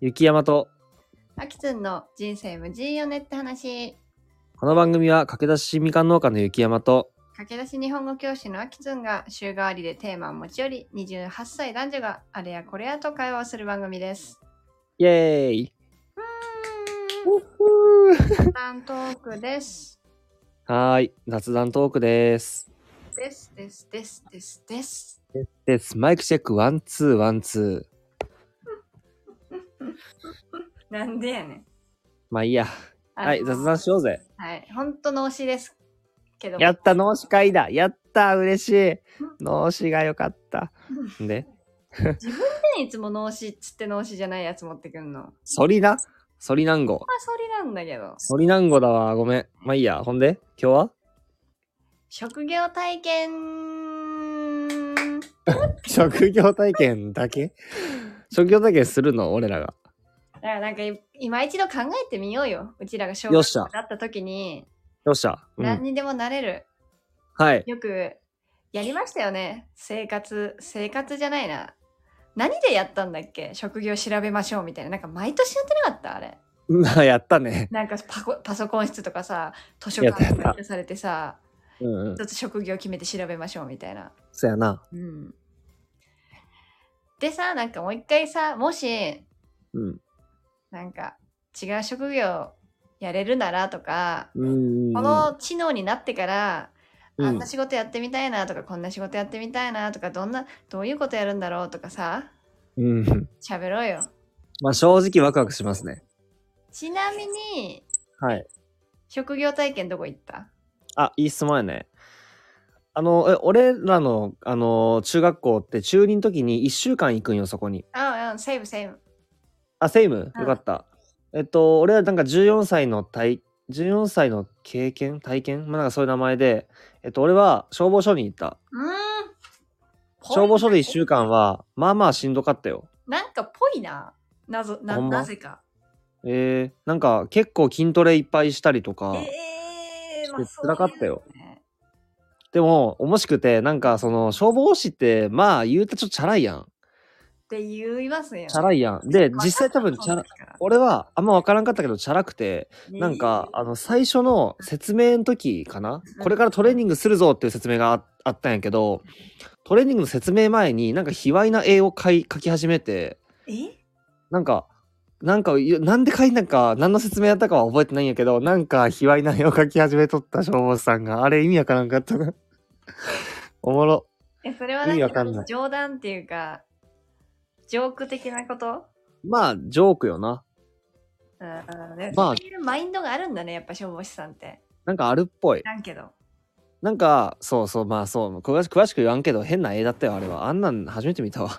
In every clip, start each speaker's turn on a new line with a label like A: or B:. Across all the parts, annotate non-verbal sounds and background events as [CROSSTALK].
A: 雪山と、
B: あきつんの人生無事よねって話。
A: この番組は駆け出しみかん農家の雪山と、
B: 駆け出し日本語教師のあきつんが週替わりでテーマを持ち寄り、28歳男女があれやこれやと会話をする番組です。
A: イエーイ
B: う
A: ふー
B: ーん、雑談トークです。
A: はーい、雑談トークです。
B: です、です、です、です、です。
A: です。マイクチェック、ワン、ツー、ワン、ツー。
B: なんでやねん。
A: まあいいや。
B: あの
A: はい、雑談しようぜ。
B: はい、本当の推しです。けど、
A: やった、脳死会だ。やった、嬉しい。脳死が良かった。で、
B: 何いつも脳死っつって脳死じゃないやつ持ってくんの。まあ、
A: ソリな。ソリ南郷。
B: それなんだけど。
A: ソリ南郷だわ。ごめん。まあいいや。ほんで、今日は
B: 職業体験
A: 職業体験だけ [LAUGHS] 職業体験するの俺らが。
B: だからなんかい今一度考えてみようよ。うちらが小
A: よっ
B: 学
A: しゃ
B: 生だった時に
A: よっしゃ。う
B: 何
A: ん。
B: にでもなれる。
A: はい。
B: よくやりましたよね。生活、生活じゃないな。何でやったんだっけ職業調べましょうみたいな。なんか毎年やってなかったあれ。
A: まあ、 [LAUGHS] やったね。
B: なんかパコパソコン室とかさ、図書館
A: やっ
B: と
A: たや
B: か
A: っ
B: されてさ、
A: うんうん
B: ちょ。っと職業決めて調べましょうみたいな。
A: そやな。
B: うん。でさ、なんかもう一回さ、もし
A: うん。
B: なんか違う職業やれるならとか、
A: うん。
B: この知能になってから、
A: うん
B: あんな仕事やってみたいなとかこんな仕事やってみたいなとかどんなどういうことやるんだろうとかさ
A: うん。
B: 喋ろうよ
A: まあ、正直ワクワクしますね。
B: ちなみに
A: はい。
B: 職業体験どこ行った
A: あ、いい質問やね。あの、え、俺らの、あの、中学校って中2の時に1週間行くんよ、そこに。
B: あうんセーブセーブ
A: あ、セイム
B: うん
A: よかった。えっと、俺はなんか14歳の体、14歳の経験体験まあ、なんかそういう名前で、えっと、俺は消防署に行った。
B: うーん
A: 消防署で1週間は、まあまあしんどかったよ。
B: なんかぽいななぞな
A: ほんま
B: なぜか
A: えー、なんか結構筋トレいっぱいしたりとか、
B: ええー、まあ
A: して辛かったよ
B: そういうのね
A: でも、面しくて、なんかその、消防士って、まあ言うたらちょっとチャラいやん。
B: って言いますよ
A: チャラいやん。で、実際多分チャラ、俺はあんまわからんかったけど、チャラくて、なんか、あの、最初の説明の時かな
B: うん
A: これからトレーニングするぞっていう説明がああったんやけど、トレーニングの説明前になんか卑猥な絵を書い書き始めて、
B: え
A: なんか、なんか、いやなんで書いたんか、何の説明やったかは覚えてないんやけど、なんか卑猥な絵を書き始めとった消防士さんが、あれ意味わからんかったな。おもろ。
B: え、それは
A: 意味
B: な
A: わ
B: ん
A: か
B: か
A: んない
B: 冗談っていうか、ジョーク的なこと
A: まあ、ジョークよな。
B: うん、ね、
A: まあ
B: そういうマインドがあるんだね、やっぱ消防士さんって。
A: なんかあるっぽい
B: 知。らんけど。
A: なんか、そうそう、まあそう、詳し詳しく言わんけど、変な絵だったよ、あれは。あんなん初めて見た
B: [LAUGHS]
A: わ。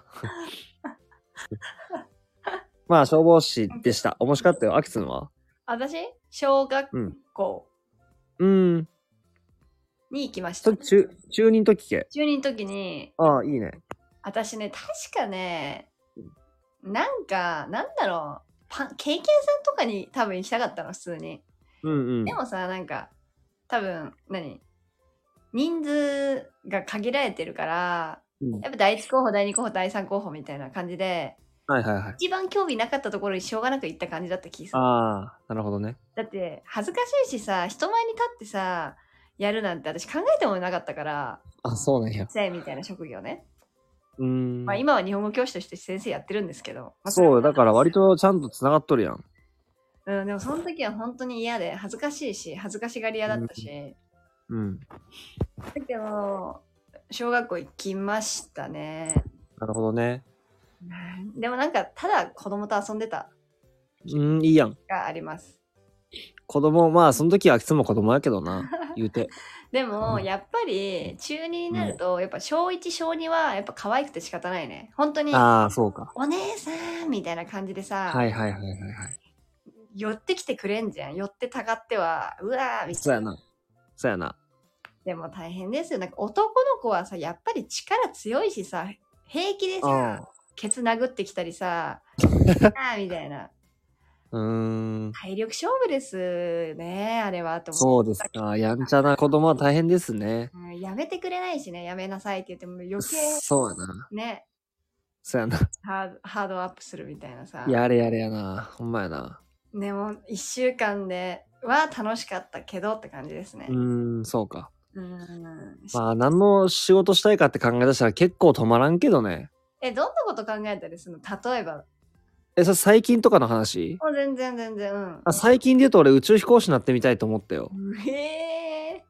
A: まあ、消防士でした。面白かったよ、アキツンは。
B: 私、小学
A: うん。
B: 校
A: うん。
B: に行きまし
A: そ
B: た。
A: れ中、中二の時け。
B: 中2の時に、
A: ああ、いいね。
B: 私ね、確かね、なんか、なんだろう、パン経験さんとかに多分行きたかったの、普通に。
A: うんうん
B: で。もさ、なんか、多分、何人数が限られてるから、
A: うん
B: やっぱ第一候補、第二候補、第三候補みたいな感じで、
A: はいはいはい。
B: 一番興味なかったところにしょうがなく行った感じだった気がする。
A: ああ、なるほどね。
B: だって恥ずかしいしさ、人前に立ってさ、やるなんて私考えてもなかったから、
A: あ、そうなんや。
B: 先生みたいな職業ね。
A: うーん。
B: まあ今は日本語教師として先生やってるんですけど。まあ
A: そうよ、だから割。とちゃんと繋がっとるやん。
B: それはうん、でもその時は本当に嫌で、恥ずかしいし、恥ずかしがり屋だったし。
A: うん。
B: だけど、小学校行きましたね。
A: なるほどね。
B: でもなんか、ただ子供と遊んでた
A: うん、いいやん。
B: があります。
A: 子供、まあ、その時はアキツンも子供やけどな。言
B: [LAUGHS]
A: うて。
B: でも、
A: うん
B: やっぱり中2になると、やっぱ小1小2はやっぱ可愛くて仕方ないね本当に
A: ああ、そうか。
B: お姉さんみたいな感じでさ、
A: はいはいはいはいはい。
B: 寄ってきてくれんじゃん寄ってたかってはうわーみ
A: そう
B: た
A: や
B: いな
A: な。そうやな。
B: でも大変ですよなんか男の子はさやっぱり力強いしさ平気でさケツ殴ってきたりさあーみたいな
A: うん。うーん。
B: 体力勝負ですねあれはと思
A: そうですか。やんちゃな子供は大変ですね。
B: う、うんやめてくれないしねやめなさいって言っても余計
A: そうやな。
B: ね
A: そうやな。
B: ハードハードアップするみたいなさ。
A: やれやれやな。ほんまやな。
B: でも1週間では楽しかったけどって感じですね
A: う。ーん、そうか。
B: うん。
A: まあ、何の仕事したいかって考え出したら結構止まらんけどね。
B: え、どんなこと考えたりするの例えば。
A: え、それ最近とかの話
B: もう全然全然。うん
A: あ最近で言うと俺宇宙飛行士になってみたいと思ったよ。
B: う [LAUGHS] え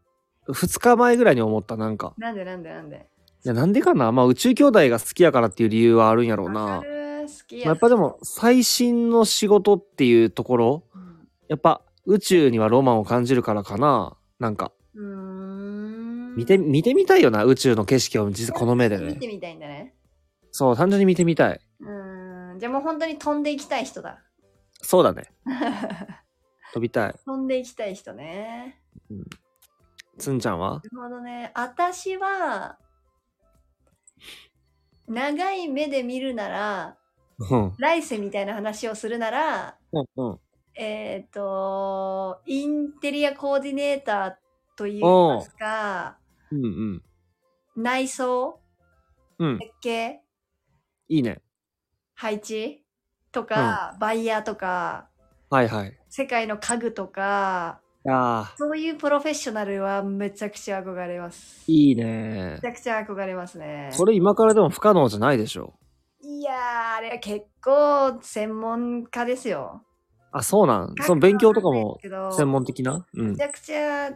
A: 2日前ぐらいに思った、なんか。
B: ー、なんでなんでなんで。
A: いや、なんでかなまあ、宇宙兄弟が好きやからっていう理由はあるんやろうな。
B: わ
A: ま
B: か
A: あ
B: る好きや。
A: やっぱでも、最新の仕事っていうところ、
B: うん。
A: やっぱ宇宙にはロマンを感じるからかななんか、
B: うーん。
A: 見て、見てみたいよな、宇宙の景色を実この目で
B: 見
A: ね。
B: てみたいんだね。
A: そう、単純に見てみたい。
B: うーん。じゃあもう本当に飛んでいきたい人だ。
A: そうだね。
B: [LAUGHS]
A: 飛びたい。
B: 飛んでいきたい人ね。
A: つんちゃん
B: [LAUGHS]
A: は
B: なるほどね。私は、長い目で見るなら、
A: うん。
B: 来世みたいな話をするなら、
A: うんうん。
B: えっ、と、インテリアコーディネーターといい
A: おう
B: ますか、
A: うんうん。
B: 内装、
A: うん。
B: 設計、
A: いいね。
B: 配置とか、バイヤーとか、
A: はいはい。
B: 世界の家具とか、
A: ああ、
B: そういうプロフェッショナルはめちゃくちゃ憧れます。め
A: いいね
B: ち。ゃくちゃ憧れますね。
A: それ今からでも不可能じゃないでしょ。
B: いやー、あれは結構専門家ですよ。
A: あ、そうなん。その勉強とか
B: わんない
A: も
B: けど
A: 専門的なうん
B: めち。ゃくちゃ、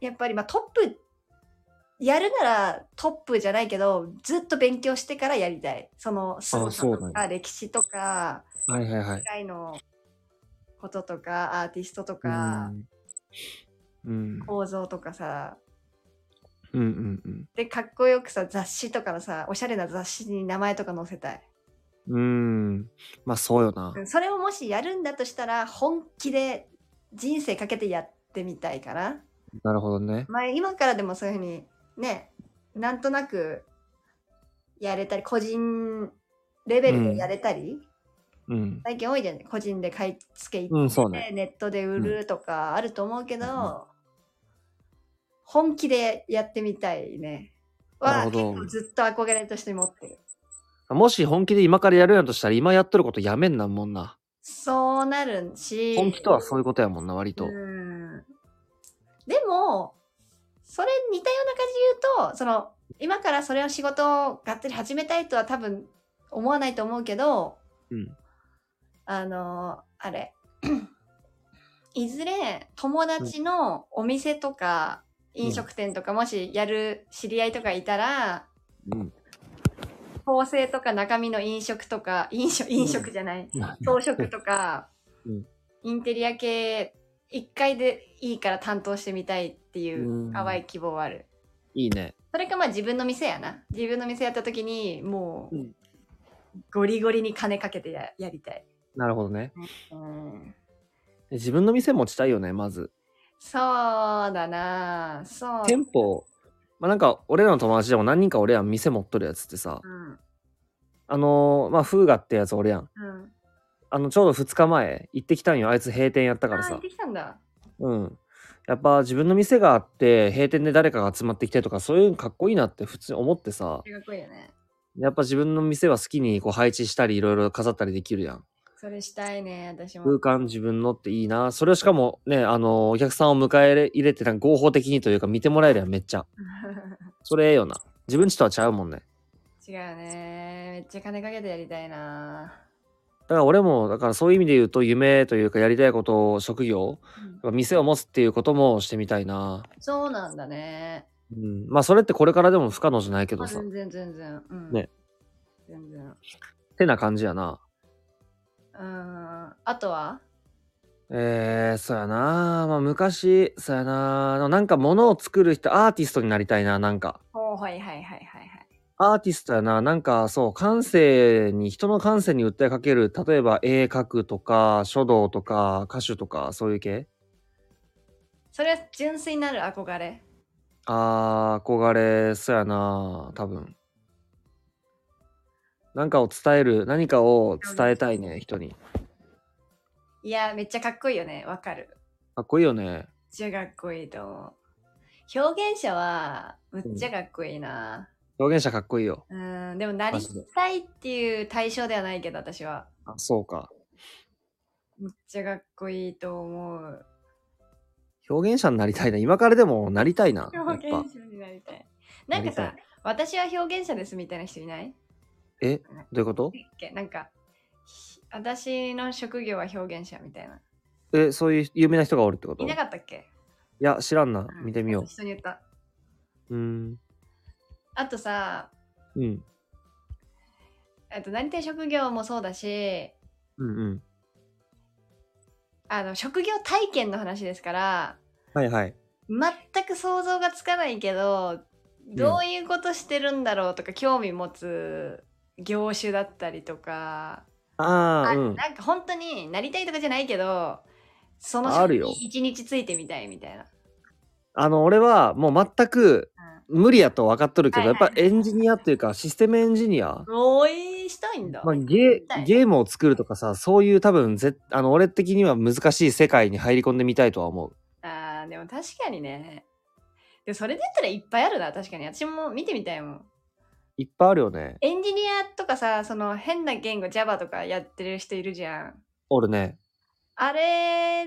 B: やっぱり、まあ、トップ、やるならトップじゃないけど、ずっと勉強してからやりたい。その、すごさ
A: そうな
B: と
A: んや
B: か、歴史とか、
A: はいはいはい
B: 世。界のこととか、アーティストとか、
A: うん。
B: 構造とかさ、
A: うんうんうん。
B: で、かっこよくさ、雑誌とかのさ、おしゃれな雑誌に名前とか載せたい。
A: うん。まあそうよな
B: う。んそれをもしやるんだとしたら、本気で人生かけてやってみたいかな。
A: なるほどね。
B: まあ、今からでもそういうふうにねなんとなくやれたり個人レベルでやれたり、
A: うん。
B: 最近多いじゃない個人で買い付け行
A: うん、そう
B: って、
A: ね。
B: ネットで売るとかあると思うけど、
A: うん
B: 本気でやってみたいね
A: な
B: は
A: る
B: 結
A: ほど
B: 構ずっと憧れとして持ってる
A: もし本気で今からやるんやとしたら、今やっとることやめんなんもんな。
B: そうなるし
A: 本気とはそういうことやもんな、割と。
B: うんでもそれ似たような感じで言うとその今からそれを仕事をがっつり始めたいとは多分思わないと思うけど
A: うん。
B: あのあれ [CLEARS THROAT] いずれ友達のお店とか
A: ん
B: 飲食店とかもしやる知り合いとかいたら
A: うん。
B: 構成とか中身の飲食とか飲食飲食じゃない装飾とか、
A: [LAUGHS] うん
B: インテリア系一回でいいから担当してみたいっていう
A: うん
B: 淡い希望はある、
A: いいね。
B: それかまあ自分の店やな自分の店やった時にもう、
A: うん
B: ゴリゴリに金かけてややりたい、
A: なるほどね。
B: うん、
A: 自分の店持ちたいよね、まず。
B: そうだなそう、
A: 店舗、まあなんか、俺らの友達でも何人か俺ら店持っとるやつってさ
B: う、ん
A: あのーまあ、フーガってやつ俺やん。
B: うん、
A: あの、ちょうど2日前行ってきたんよ。あいつ閉店やったから
B: あ行
A: さ
B: っ。てきたんだ
A: うん。やっぱ自分の店があって、閉店で誰かが集まってきてとか、そういうのかっこいいなって普通に思ってさ
B: そ、れかっこいいよね
A: やっぱ自分の店は好きにこう配置したり、いろいろ飾ったりできるやん。
B: それしたいね私も
A: 空間自分のっていいな。それをしかもね、あの、お客さんを迎え入れてなんか合法的にというか見てもらえるやん、めっちゃ。それええよな。自分ちとはちゃうもんね。
B: [LAUGHS] 違うねめっちゃ金かけてやりたいな
A: だから俺も、だからそういう意味で言うと、夢というかやりたいことを、職業、やっぱ店を持つっていうこともしてみたいな。
B: そうなんだね
A: うん。まあそれってこれからでも不可能じゃないけどさ。
B: あ全然全然。うん、
A: ね。
B: 全然。う
A: てな感じやな。
B: ーん。あとは
A: えー、そうやなまあ昔、そうやなあのなんか物を作る人、アーティストになりたいな、なんか。
B: おーはいはいはいはいはい。
A: アーティストやな、なんかそう、感性に、人の感性に訴えかける、例えば絵描くとか、書道とか、歌手とか、そういう系
B: それは純粋なる憧れ。
A: あー、憧れ、そうやな多分。なんかを伝える、何かを伝えたいね、人に。
B: いや、めっちゃかっこいいよね。わかる。
A: かっこいいよね。
B: めっちゃかっこいいと思う。表現者は、めっちゃかっこいいな。
A: 表現者かっこいいよ。
B: うーん。うん、でもなりたいっていう対象ではないけど、私は。
A: あそうか。
B: めっちゃかっこいいと思う。
A: 表現者になりたいな。今からでもなりたいな。やっ
B: 表
A: ぱ
B: 現。者になりたい。なんか
A: な
B: さ
A: り、
B: 私は表現者ですみたいな人いない
A: え、どういうこと
B: いっけなんか、ひ私の職業は表現者みたいな。
A: え、そういう有名な人がおるってこと
B: い
A: い
B: なかったっけ
A: や、知らんな。
B: うん
A: 見てみよ
B: 人に言った。
A: う。うん。
B: あとさ、
A: うん。
B: えっと、なりたい職業もそうだし、
A: うんうん。
B: あの、職業体験の話ですから、
A: はいはい。
B: 全く想像がつかないけどどういうことしてるんだろうとか、興味持つ業種だったりとか、
A: ああ、
B: あ
A: うん。
B: なんか本当になりたいとかじゃないけどその
A: ある
B: 職
A: よ
B: に一日ついてみたいみたいな。
A: あの、俺はもう全く
B: うん
A: 無理やと分かっとるけど、
B: はいはい
A: やっぱエンジニアっていうか、システムエンジニア。
B: 応援したいんだ。
A: まあ、ゲ
B: はい
A: ゲームを作るとかさ、そういう多分ぜ、あの、俺的には難しい世界に入り込んでみたいとは思う。
B: あーでも確かにね。でそれで言ったらいっぱいあるな確かに私も見てみたいもん。
A: いっぱいあるよね。
B: エンジニアとかさその変な言語 Java とかやってる人いるじゃん。
A: おるね。
B: あれ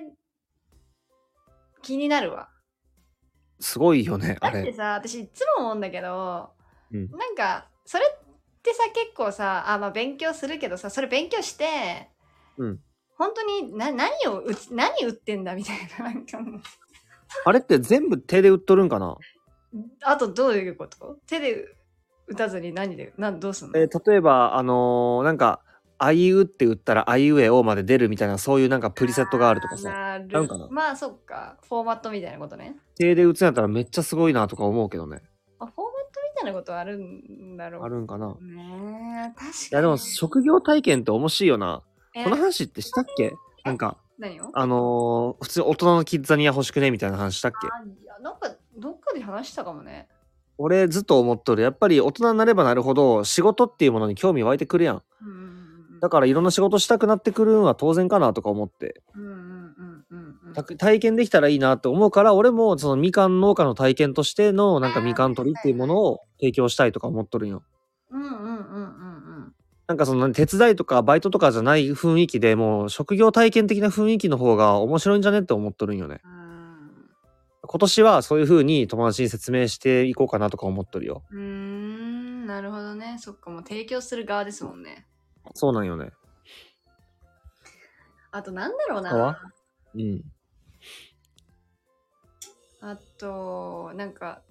B: 気になるわ。
A: すごいよね、
B: だ
A: あ
B: って
A: れ。
B: さ私いつも思うんだけど、
A: うん
B: なんかそれってさ結構さあ、まあ、勉強するけどさそれ勉強して、
A: うん
B: 本当にな何を打つ何打ってんだみたいななんかもう
A: あれって全部手で売っとるんかな
B: あとどういうこと手で打たずに何でなんどうすんの、
A: えー例えば、あのーなんか、あいうって打ったら、あいうえおまで出るみたいな、そういうなんかプリセットがあるとかさ、
B: なる
A: なんかな
B: まあそっかフォーマットみたいなことね
A: 手で打つんやったらめっちゃすごいなとか思うけどね。
B: あフォーマットみたいなことあるんだろう
A: あるんかな。
B: ねえ確かに
A: いや、でも、職業体験って面白いよな。
B: え
A: この話ってしたっけなんか、
B: 何を
A: あのー普通に大人のキッザニア欲しくねみたいな話したっけ
B: あいやなんかどっかで話したかもね
A: 俺ずっと思っとる。やっぱり大人になればなるほど、仕事っていうものに興味湧いてくるやん。
B: うんうんうんうん
A: だからいろんな仕事したくなってくるんは当然かなとか思って。
B: うんうんうんうんうん
A: た体験できたらいいなと思うから俺もそのみかん農家の体験としてのなんかみかん取りっていうものを提供したいとか思っとるんよ。
B: うんうんうんうん
A: なんかその手伝いとかバイトとかじゃない雰囲気でもう職業体験的な雰囲気の方が面白いんじゃねって思っとるんよね。
B: うん
A: 今年はそういう風に友達に説明していこうかなとか思っとるよ。
B: うーんなるほどねそっかもう提供する側ですもんね
A: そうなんよね。
B: あとなんだろう
A: 他は
B: な
A: うん。
B: あとなんか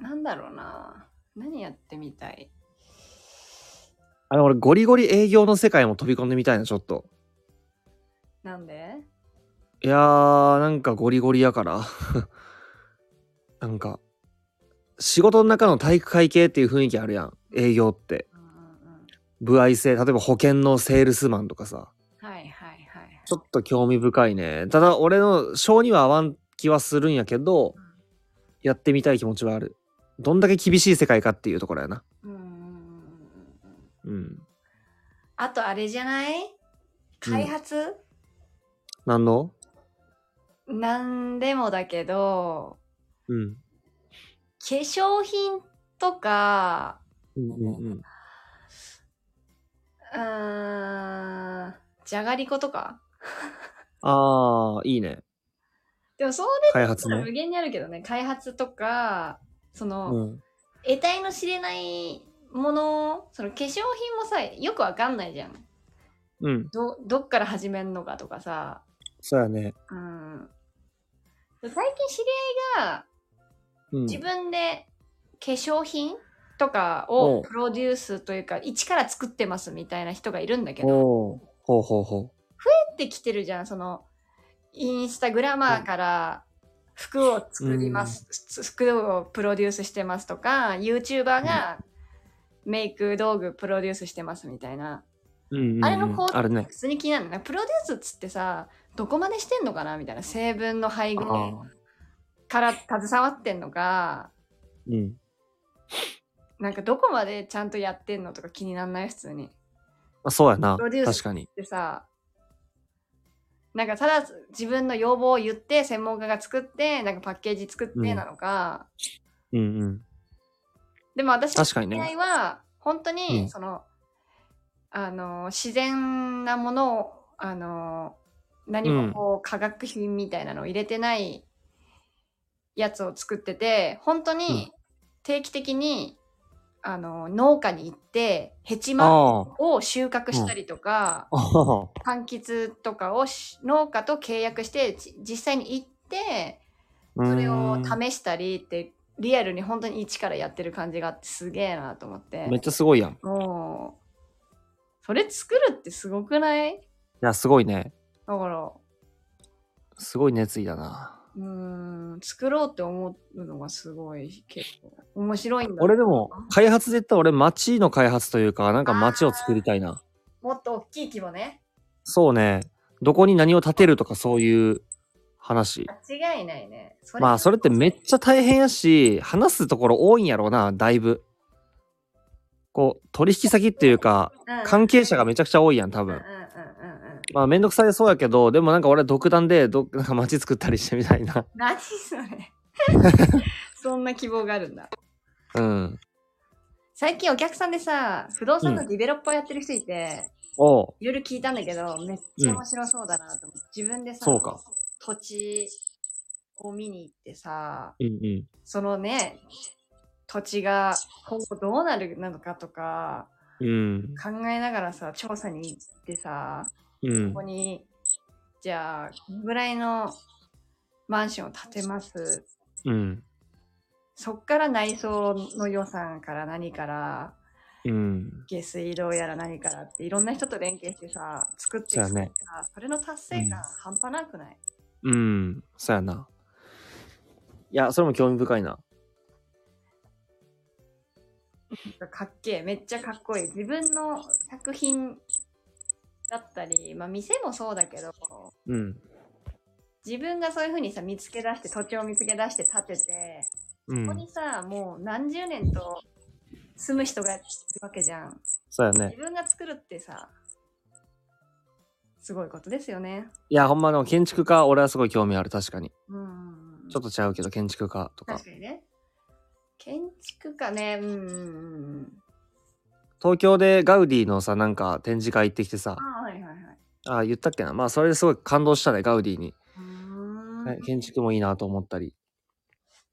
B: なんだろうな何やってみたい
A: あの俺ゴリゴリ営業の世界も飛び込んでみたいなちょっと。
B: なんで
A: いやー、なんかゴリゴリやから。 [LAUGHS] なんか、仕事の中の体育会系っていう雰囲気あるやん。営業って。
B: うんうんうん
A: 部合制。例えば保険のセールスマンとかさ。
B: はいはいはい
A: ちょっと興味深いね。ただ、俺の性には合わん気はするんやけど、やってみたい気持ちはある。どんだけ厳しい世界かっていうところやな。
B: うんうんうんうんうん
A: うん。
B: あとあれじゃない開発、
A: 何の
B: なんでもだけど
A: うん。
B: 化粧品とか
A: うんうんうん。
B: うーんじゃがりことか
A: あー、いいね。
B: でもそれ
A: 開発
B: は
A: ね
B: 無。限にあるけどね開発とかその、
A: うん。
B: 得体の知れないものその化粧品もさよくわかんないじゃん
A: うん。
B: どどっから始めんのかとかさ
A: そうやね。
B: うん最近知り合いが
A: うん。
B: 自分で化粧品とかを
A: おう
B: プロデュースというか一から作ってますみたいな人がいるんだけど
A: おーほうほうほう。
B: ってきてるじゃんそのインスタグラマーから服を作ります、服をプロデュースしてますとか YouTuber がメイク道具プロデュースしてますみたいな、
A: うんうんうん
B: あれの工
A: あれ
B: 程
A: ね
B: 普。通に気になるのねプロデュースっつってさどこまでしてんのかなみたいな成分の配
A: あ
B: 合から携わってんのか
A: ーうん。
B: なんかどこまでちゃんとやってんのとか気になんない普通に。
A: あ、そうやな。
B: プロデュー
A: 確
B: ス
A: かに。
B: でさなんかただ自分の要望を言って専門家が作ってなんかパッケージ作ってなのか、
A: うんうん。
B: でも私の
A: 確かにね
B: 恋愛は本当
A: う
B: に
A: ん
B: その、あの自然なものをあの何もこう、化学品みたいなのを入れてないやつを作ってて本当に定期的に、あの農家に行ってヘチマ
A: あ
B: を収穫したりとか、
A: あ。ああ。
B: 柑橘とかをし農家と契約してじ実際に行って
A: [LAUGHS]
B: それを
A: め
B: 試したりってリアルに本当に一からやってる感じがあってすげえなと思って
A: めっちゃすごいやん。い
B: もうそれ作るってすごくない
A: や、すごいね。
B: だから
A: すごい熱意だな。
B: うーん作ろうって思うのがすごい結構面白いんだ
A: 俺でも、開発で言ったら俺、町の開発というか、なんか町を作りたいな。
B: もっと大きい規模ね
A: そうね。どこに何を建てるとかそういう話。
B: 間違いないねそ
A: まあ、それってめっちゃ大変やし、話すところ多いんやろうな、だいぶ。こう、取引先っていうか、関係者がめ
B: ち
A: ちゃくちゃ多いやん、多
B: ゃうん
A: 分
B: うん。うんうんうん
A: まあ、めんどくさいそうやけど、でもなんか俺独断で、ど、 [LAUGHS] なんか町作ったりしてみたいな。 [LAUGHS]
B: 何それそんな希望があるんだ
A: うん。
B: 最近お客さんでさ不動産のディベロッパーやってる人いて、
A: おう。
B: いろいろ聞いたんだけどめっちゃ面白そうだなと思って、自分でさ
A: そうか
B: 土地を見に行ってさ
A: うんうん。
B: そのね土地が今後どうなるなのかとか
A: うん。
B: 考えながらさ調査に行ってさ
A: う
B: こ
A: ん
B: こ。にじゃあこのぐらいのマンションを建てます
A: うん。
B: そっから内装の予算から何から
A: うん。
B: 下水道やら何からっていろんな人と連携してさ作ってきてさ
A: そ
B: そう
A: やね
B: れの達成
A: う
B: 感半端なくない、
A: うん。そうやな。いや、それも興味深いな。
B: かっけえめっちゃかっこいい自分の作品だったりまあ店もそうだけど
A: うん。
B: 自分がそういうふうにさ見つけ出して土地を見つけ出して建てて
A: う
B: ここ
A: ん
B: に。さもう何十年と住む人がいるわけじゃん
A: そうやね
B: 自。分が作るってさすごいことですよね
A: いや、ほんまの建築家、俺はすごい興味ある、確かに。
B: うん
A: ちょっと違うけど、建築家とか
B: 確。かにね。建築家ね、うんうんうんうん。
A: 東京でガウディのさ、なんか展示会行ってきてさ、
B: あはいはいはい。
A: あ、言ったっけな。まあ、それですごい感動したね、ガウディに。
B: うーん
A: ね建築もいいなと思ったり。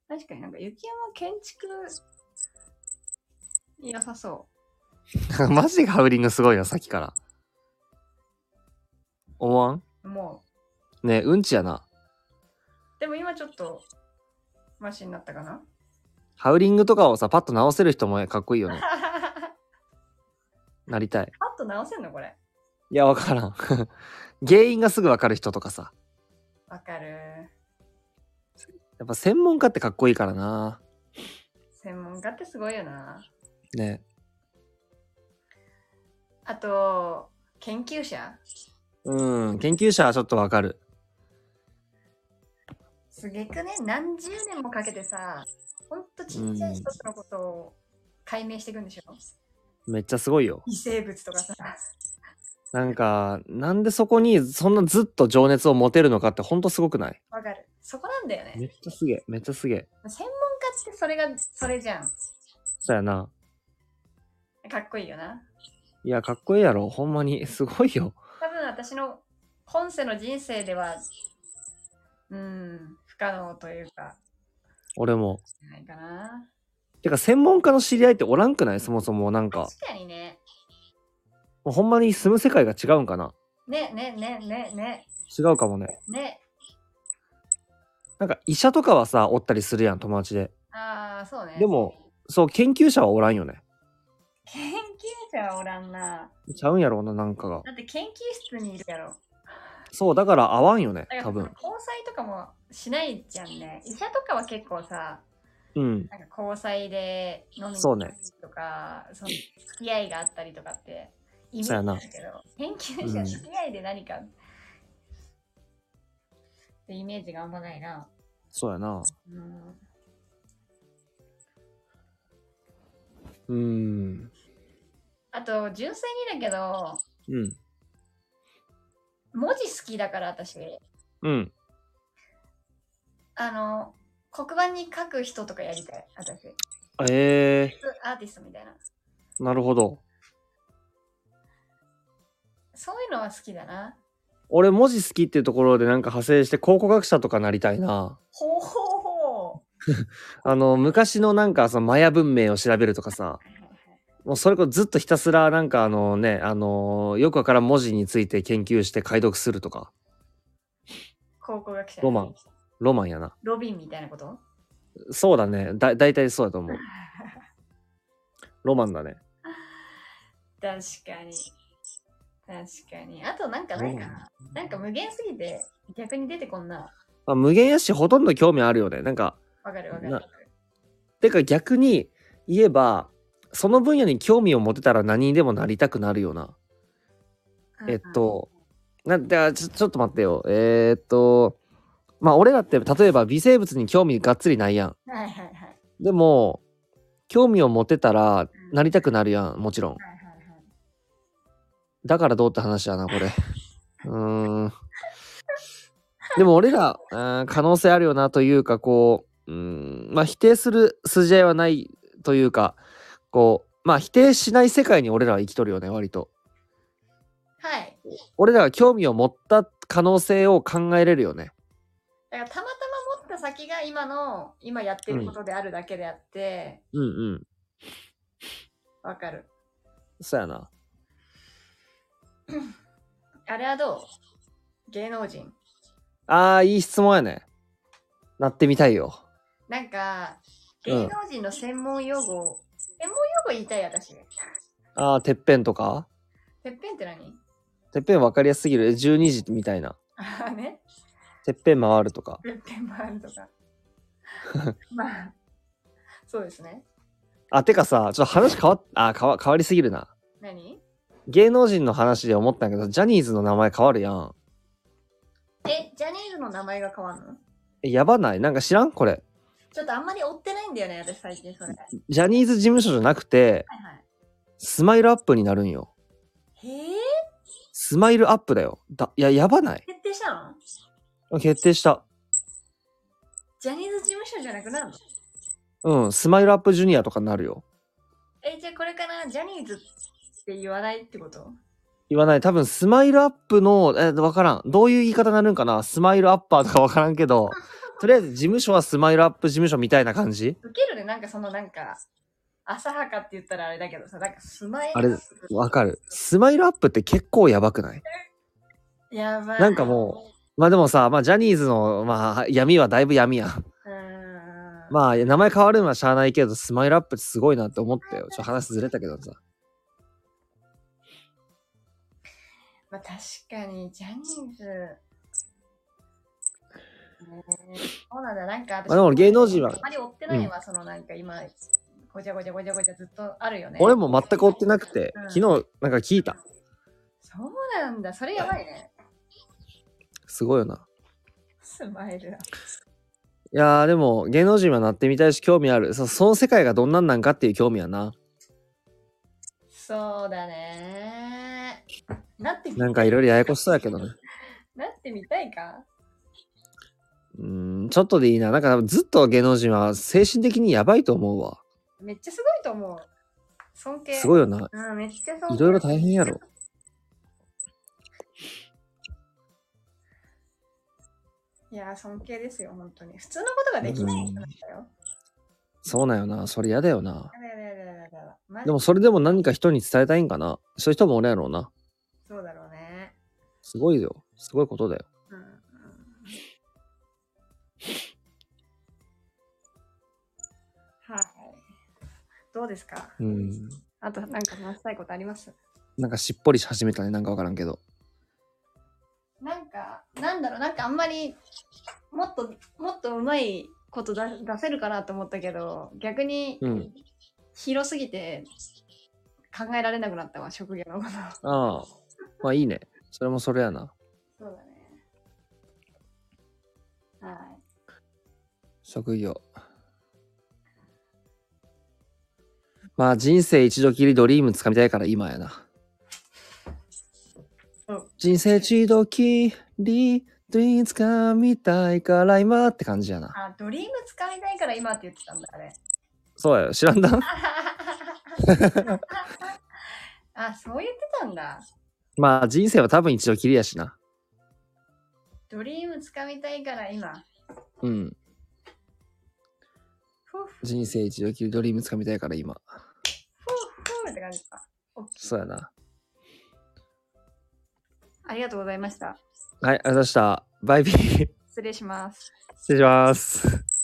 B: 確かになんか雪山建築良さそ
A: [LAUGHS] マジでハウリングすごいな、さっきから。思わん
B: う。も
A: ねうんちやな。
B: う。でも今ちょっとマシになったかな [LAUGHS]
A: ハウリングとかをさ、パッと直せる人もかっこいいよね。
B: パ
A: なりたい。
B: ッと直せんのこれ。
A: いや、わからん。 [LAUGHS] 原因がすぐわかる人とかさ。
B: わかる。
A: やっぱ専門家ってかっこいいからな。
B: 専門家ってすごいよな。
A: ね。
B: あと、研究者
A: うん。研究者はちょっとわかる。
B: すげくね、何十年もかけてさ、ほんとちっちゃい一つのことを解明していくんでしょ、
A: めっちゃすごいよ。
B: 微生物とかさ。
A: なんか、なんでそこにそんなずっと情熱を持てるのかってほんとすごくない
B: わかる。そこなんだよ
A: め
B: ね。
A: っちゃすげえ。めっちゃすげえ。
B: 専門家ってそれがそれじゃん。
A: そうやな。
B: かっこいいよな。
A: いや、かっこいいやろ。ほんまに。すごいよ。
B: 多分私の今世の人生では、うん、不可能というか、
A: 俺も。
B: じゃないかな。
A: てか専門家の知り合いっておらんくないそもそもなんか
B: 確かにね。
A: もうほんまに住む世界が違うんかな
B: ね、ね、ね、ね、ね、
A: 違うかもね
B: ね。
A: なんか医者とかはさおったりするやん友達で
B: ああ、そうね。
A: でも、そう研究者はおらんよね
B: 研究者はおらんな。
A: ちゃうんやろうななんかが
B: だって研究室にいるやろ。
A: そうだから合わんよね
B: だか
A: 多
B: ら
A: 分
B: 交際とかもしないじゃんね。医者とかは結構さ、
A: うん
B: なんか交際で飲みに
A: そうね
B: とか、その付き合いがあったりとかって、イメージ
A: そうやな
B: だけど、研究者
A: うん
B: 付き合いで何か、ってイメージがあんまないな。
A: そうやな
B: うん、
A: うーん
B: あと、純粋にだけど、
A: うん
B: 文字好きだから私、
A: うん
B: あの、黒板に書く人とかやりたい、私。
A: え
B: アーティストみたいな。
A: なるほど。
B: そういうのは好きだな。
A: 俺文字好きっていうところでなんか派生して考古学者とかなりたいな。
B: ほうほうほ
A: あの昔のなんかそのマヤ文明を調べるとかさ
B: う。はいはいはい
A: もうそれこそずっとひたすらなんかあのねあのよくわからん文字について研究して解読するとか
B: 考古学者。
A: ロマン。ロマンやな
B: ロビンみたいなこと
A: そうだねだ大体そうだと思うロマンだね
B: 確かに。確かに。あとなんかないかな。なんか無限すぎて逆に出てこんな。
A: まあ、無限やしほとんど興味あるよねなんか
B: わかるわか
A: な
B: る。
A: てか逆に言えばその分野に興味を持てたら何にでもなりたくなるよな
B: うんうん
A: えっ。となんだちょちょっと待ってよえーっとまあ俺らって例えば微生物に興味がっつりないやん
B: はいはいはい。はいはいはい
A: でも興味を持てたらなりたくなるやんもちろん
B: はい。
A: だからどうって話やな、これ。うーん。でも俺ら、うーん可能性あるよなというか、こう、うーん、まあ否定する筋合いはないというか、こう、まあ否定しない世界に俺らは生きとるよね、割と。
B: はい。
A: 俺らが興味を持った可能性を考えれるよね。
B: だからたまたま持った先が今の、今やってることであるだけであって、
A: うんうん。
B: わ、かる。
A: そうやな。
B: あれはどう芸能人。
A: ああ、いい質問やね。なってみたいよ。
B: なんか、
A: うん
B: 芸能人の専門用語を、専門用語言いたい私。て
A: ああ、てっぺんとか
B: っぺんって何
A: てっぺん分かりやすすぎる。12時みたいな。
B: ああね。
A: てっぺん回るとか。
B: てっぺんもあると
A: [LAUGHS]
B: か。まあ、そうですね。
A: あ、てかさ、ちょっと話変わっ、あ、変わ変わりすぎるな。
B: 何
A: 芸能人の話で思ったんやけど、ジャニーズの名前変わるやん。
B: え、ジャニーズの名前が変わんの
A: え、やばないなんか知らんこれ。
B: ちょっとあんまり追ってないんだよね、私最近それ。はい
A: ジャニーズ事務所じゃなくて、
B: はい。
A: スマイルアップになるんよ。
B: へえ、
A: スマイルアップだよ。だ、いや、やばない
B: 決定したの
A: 決定した。
B: ジャニーズ事務所じゃなくなるの
A: うん、スマイルアップジュニアとかになるよ。
B: え、じゃあこれからジャニーズって言わないってこと
A: 言わない。多分、スマイルアップの、え、わからん。どういう言い方になるんかなスマイルアッパーとかわからんけど、とりあえず事務所はスマイルアップ事務所みたいな感じ
B: ウケるね、なんかそのなんか、浅はかって言ったらあれだけどさ、なんかスマイル。
A: あれわかる。スマイルアップって結構やばくない
B: やばい。
A: なんかもまあでもさ、まあジャニーズの、まあ闇はだいぶ闇やん。
B: う。うーん。
A: まあ名前変わるのはしゃあないけど、スマイルアップってすごいなって思ったよ。ちょっと話ずれたけどさ。
B: まあ確かに、ジャニーズ。ねえそうなんだ、なんか私
A: まあでも芸能人は
B: あまり追ってないわ、そのなんか今、ごちゃごちゃごちゃごちゃずっとあるよね。
A: 俺も全く追ってなくて
B: う、ん
A: 昨日なんか聞いた。
B: そうなんだ、それやばいね。
A: すごいよな。
B: スマイルだ。
A: いやーでも芸能人はなってみたいし興味ある。そその世界がどんなんなんかっていう興味やな。
B: そうだねなってみ
A: なんかいろいろややこしそうやけどね。
B: なってみたいか
A: うーん、ちょっとでいいな。なんか多分ずっと芸能人は精神的にやばいと思うわ。
B: めっちゃすごいと思う。尊敬。
A: すごいよな。
B: うん、めっちゃ尊敬。
A: いろいろ大変やろ。
B: いやー、尊敬ですよ、本当に。普通のことができない人なんだよ。
A: そうなんよな。それ嫌だよな。
B: やだやだやだやだやだ。マジ
A: でもそれでも何か人に伝えたいんかな。そういう人もおるやろうな。
B: そうだろうね。
A: すごいよ。すごいことだよ。
B: うんうん。はい。どうですか
A: うん。
B: あと、なんか話したいことあります
A: なんかしっぽりし始めたね。なんかわからんけど。
B: なんか、なんだろう、なんかあんまり、もっと、もっとうまいこと出出せるかなと思ったけど、逆に
A: うん。
B: 広すぎて考えられなくなったわ、職業のこと。
A: ああ。まあいいね。それもそれやな。
B: そうだね。はい。
A: 職業。まあ人生一度きりドリーム掴みたいから今やな
B: うん。
A: 人生一度きりドリーム掴みたいから今って感じやな。 [LAUGHS]
B: あ、ドリーム使いたいから今って言ってたんだ、あれ。
A: そうやよ。知らんだん
B: あ、そう言ってたんだ。
A: まあ人生は多分一度きりやしな。
B: ドリームつかみたいから今。
A: うん。
B: ふうふう
A: 人生一度きりドリームつかみたいから今。
B: ふうって感じか。
A: そうやな。
B: ありがとうございました。
A: [LAUGHS] はい、ありがとうございました。バイビー。
B: 失礼します。
A: 失礼します。